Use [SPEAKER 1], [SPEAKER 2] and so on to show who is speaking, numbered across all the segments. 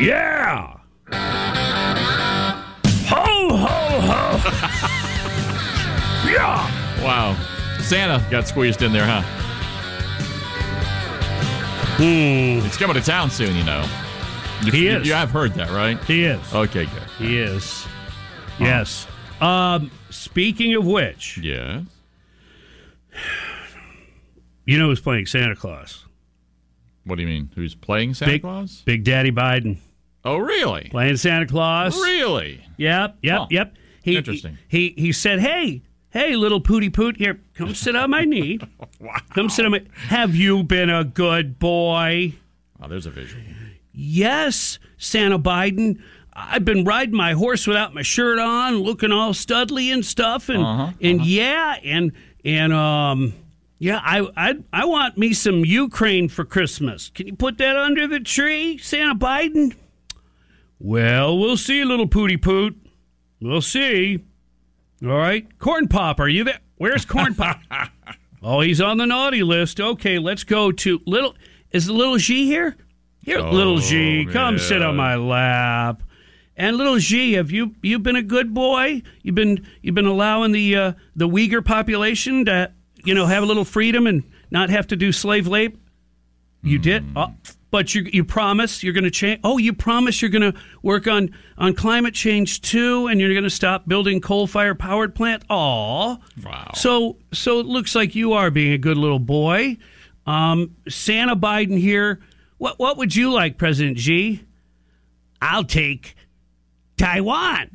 [SPEAKER 1] Yeah. Ho ho ho. yeah.
[SPEAKER 2] Wow. Santa got squeezed in there, huh? It's coming to town soon, you know. You,
[SPEAKER 1] He
[SPEAKER 2] you-
[SPEAKER 1] is.
[SPEAKER 2] You have heard that, right?
[SPEAKER 1] He is.
[SPEAKER 2] Okay, good.
[SPEAKER 1] He is. Yes. Um. Speaking of which,
[SPEAKER 2] Yeah.
[SPEAKER 1] you know who's playing Santa Claus?
[SPEAKER 2] What do you mean? Who's playing Santa
[SPEAKER 1] Big-
[SPEAKER 2] Claus?
[SPEAKER 1] Big Daddy Biden
[SPEAKER 2] Oh, really?
[SPEAKER 1] playing Santa Claus.
[SPEAKER 2] Really?
[SPEAKER 1] Yep, yep,
[SPEAKER 2] Huh.
[SPEAKER 1] yep. He,
[SPEAKER 2] Interesting.
[SPEAKER 1] He, he he said, "Hey, hey, little pooty poot, here, come sit on my knee. Come sit on my. Have you been a good boy?
[SPEAKER 2] Oh, there's a visual.
[SPEAKER 1] Yes, Santa Biden. I've been riding my horse without my shirt on, looking all studly and stuff, and and yeah, and and um." Yeah, I, I I want me some Ukraine for Christmas. Can you put that under the tree, Santa Biden? Well, we'll see, little pooty poot. We'll see. All right. Corn Pop, are you there? Where's Corn Pop? oh, he's on the naughty list. Okay, let's go to little is little G here? Here, little G, come sit on my lap. And little G, have you you been a good boy? You've been you've been allowing the uh, the Uyghur population to you know have a little freedom and not have to do slave labor. You did, oh, but you you promise you're going to change. Oh, you promise you're going to work on on climate change too, and you're going to stop building coal fire powered plant. Aw,
[SPEAKER 2] Wow.
[SPEAKER 1] So so it looks like you are being a good little boy. Um, Santa Biden here. What what would you like, President Xi? I'll take Taiwan.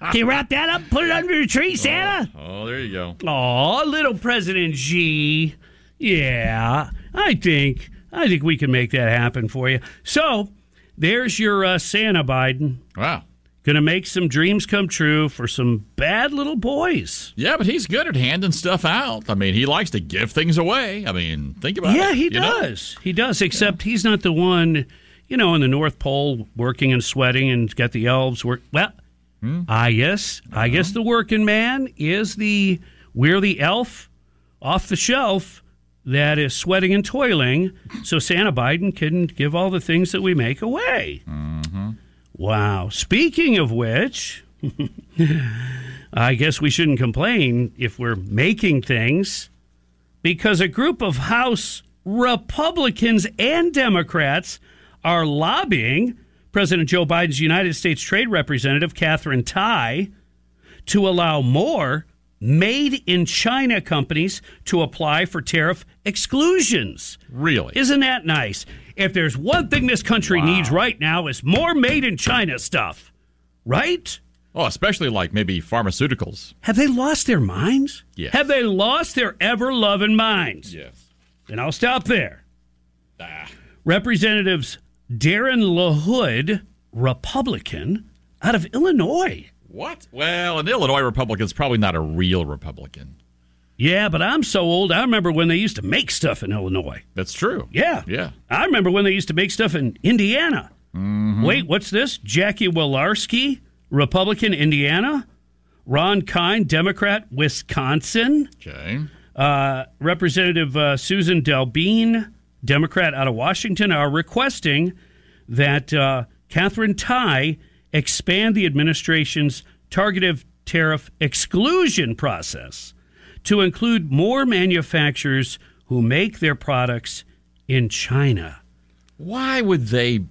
[SPEAKER 1] Can you wrap that up? Put it under the tree, Santa.
[SPEAKER 2] Oh, there you go.
[SPEAKER 1] Aw, little President G. Yeah, I think I think we can make that happen for you. So there's your uh, Santa Biden.
[SPEAKER 2] Wow.
[SPEAKER 1] Gonna make some dreams come true for some bad little boys.
[SPEAKER 2] Yeah, but he's good at handing stuff out. I mean, he likes to give things away. I mean, think about it.
[SPEAKER 1] yeah, he
[SPEAKER 2] you know?
[SPEAKER 1] does. He does. Except he's not the one, you know, in the North Pole working and sweating and got the elves work. Well,
[SPEAKER 2] Hmm?
[SPEAKER 1] I guess I guess the working man is the we're the elf off the shelf that is sweating and toiling, so Santa Biden can give all the things that we make away.
[SPEAKER 2] Mm-hmm.
[SPEAKER 1] Wow. Speaking of which. I guess we shouldn't complain if we're making things because a group of House Republicans and Democrats are lobbying President Joe Biden's United States Trade Representative, Catherine Tai, to allow more made in China companies to apply for tariff exclusions.
[SPEAKER 2] Really?
[SPEAKER 1] Isn't that nice? If there's one thing this country needs right now is more made in China stuff. Right?
[SPEAKER 2] oh, especially like maybe pharmaceuticals.
[SPEAKER 1] Have they lost their minds?
[SPEAKER 2] Yes.
[SPEAKER 1] Have they lost their ever loving minds?
[SPEAKER 2] Yes.
[SPEAKER 1] And I'll stop there.
[SPEAKER 2] Ah,
[SPEAKER 1] Representatives Darren LaHood, Republican, out of Illinois.
[SPEAKER 2] What? Well, an Illinois Republican's probably not a real Republican.
[SPEAKER 1] Yeah, but I'm so old. I remember when they used to make stuff in Illinois.
[SPEAKER 2] That's true.
[SPEAKER 1] Yeah.
[SPEAKER 2] Yeah.
[SPEAKER 1] I remember when they used to make stuff in Indiana. Wait, what's this? Jackie Walarski, Republican, Indiana. Ron Kine, Democrat, Wisconsin.
[SPEAKER 2] Okay.
[SPEAKER 1] Uh, Representative uh, Susan Delbene, Democrat out of Washington, are requesting that uh, Catherine Tai expand the administration's targeted tariff exclusion process to include more manufacturers who make their products in China.
[SPEAKER 2] Why would they?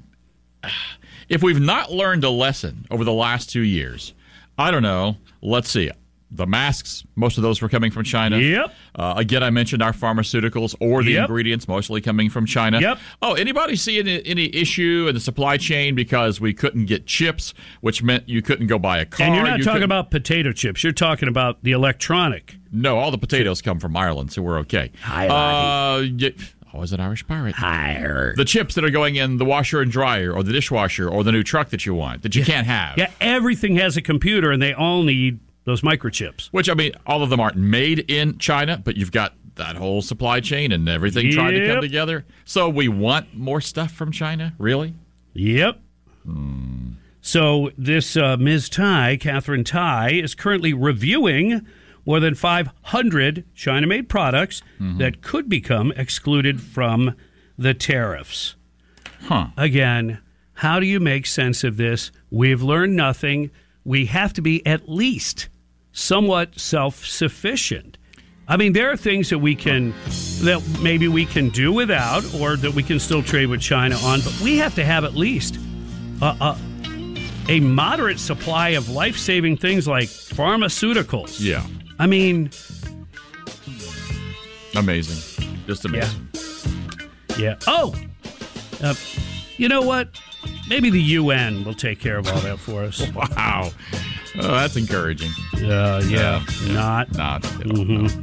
[SPEAKER 2] If we've not learned a lesson over the last two years, I don't know. Let's see. The masks, most of those were coming from China.
[SPEAKER 1] Yep.
[SPEAKER 2] Uh, again, I mentioned our pharmaceuticals or the
[SPEAKER 1] Yep.
[SPEAKER 2] ingredients mostly coming from China.
[SPEAKER 1] Yep.
[SPEAKER 2] Oh, anybody see any, any issue in the supply chain because we couldn't get chips, which meant you couldn't go buy a car.
[SPEAKER 1] And you're not
[SPEAKER 2] Oh, you
[SPEAKER 1] talking
[SPEAKER 2] couldn't-
[SPEAKER 1] about potato chips, you're talking about the electronic.
[SPEAKER 2] No, all the potatoes come from Ireland, so we're okay.
[SPEAKER 1] Hi,
[SPEAKER 2] uh, y- I was an Irish pirate. The chips that are going in the washer and dryer, or the dishwasher, or the new truck that you want that you can't have.
[SPEAKER 1] Yeah, everything has a computer and they all need those microchips.
[SPEAKER 2] Which I mean, all of them aren't made in China, but you've got that whole supply chain and everything trying to
[SPEAKER 1] Yep.
[SPEAKER 2] come together. So we want more stuff from China, really?
[SPEAKER 1] Yep. So this uh, Ms. Tai, Catherine Tai, is currently reviewing more than 500 China-made products that could become excluded from the tariffs.
[SPEAKER 2] Huh.
[SPEAKER 1] Again, How do you make sense of this? We've learned nothing. We have to be at least somewhat self sufficient. I mean, there are things that we can, that maybe we can do without, or that we can still trade with China on, but we have to have at least a, a, a moderate supply of life saving things like pharmaceuticals.
[SPEAKER 2] Yeah.
[SPEAKER 1] I mean,
[SPEAKER 2] Amazing. Just amazing.
[SPEAKER 1] Yeah. Oh, uh, you know what? Maybe the UN will take care of all that for us.
[SPEAKER 2] Wow. Oh, that's encouraging.
[SPEAKER 1] Uh, yeah, not.
[SPEAKER 2] Not.
[SPEAKER 1] Mm-hmm.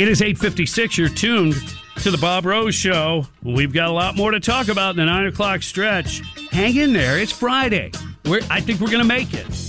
[SPEAKER 1] It is 8.56. You're tuned to the Bob Rose Show. We've got a lot more to talk about in the 9 o'clock stretch. Hang in there. It's Friday. We're, I think we're going to make it.